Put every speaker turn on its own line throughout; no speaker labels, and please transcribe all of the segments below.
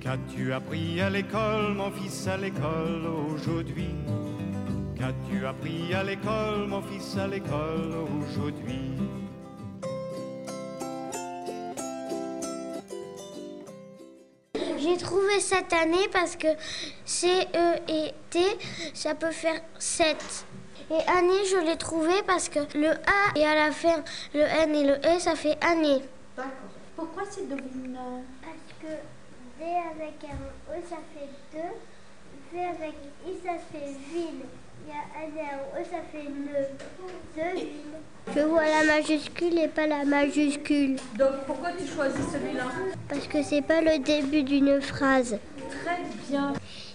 Qu'as-tu appris à l'école, mon fils, à l'école aujourd'hui Qu'as-tu appris à l'école, mon fils, à l'école aujourd'hui
J'ai trouvé cette année parce que C, E et T, ça peut faire 7. Et année, je l'ai trouvé parce que le A et à la fin le N et le E, ça fait année.
D'accord. Pourquoi c'est devenu...
Parce que D avec un E, ça fait 2. V avec I, ça fait ville. Il y a un et un E, ça fait le. Deux villes.
Je vois la majuscule et pas la majuscule.
Donc pourquoi tu choisis celui-là
Parce que c'est pas le début d'une phrase.
Très bien.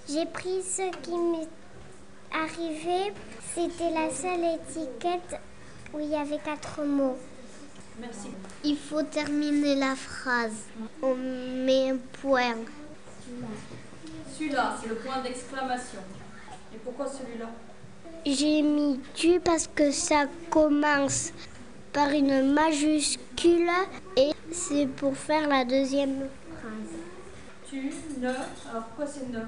J'ai pris ce qui m'est arrivé. C'était la seule étiquette où il y avait quatre mots.
Merci.
Il faut terminer la phrase. On met un point.
Celui-là, c'est le point d'exclamation. Et pourquoi celui-là
J'ai mis tu parce que ça commence par une majuscule et c'est pour faire la deuxième phrase.
Tu, ne. Alors pourquoi c'est ne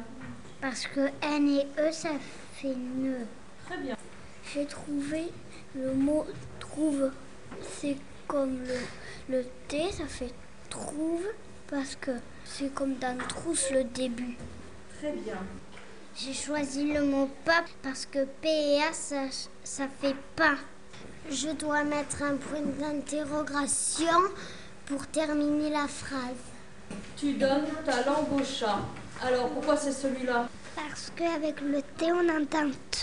Parce que N et E, ça fait ne.
Très bien.
J'ai trouvé le mot trouve. C'est comme le, le T, ça fait trouve parce que c'est comme dans trousse le début.
Très bien.
J'ai choisi le mot pas parce que P et A, ça, ça fait pas. Je dois mettre un point d'interrogation pour terminer la phrase.
Tu donnes ta langue au chat. Alors pourquoi c'est celui-là
Parce qu'avec le T, on entend. t.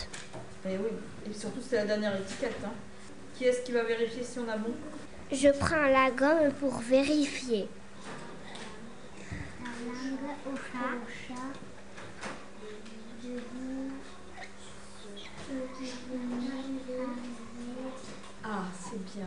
Eh oui. Et surtout c'est la dernière étiquette. hein. Qui est-ce qui va vérifier si on a bon
Je prends la gomme pour vérifier.
Au chat.
Ah, c'est bien.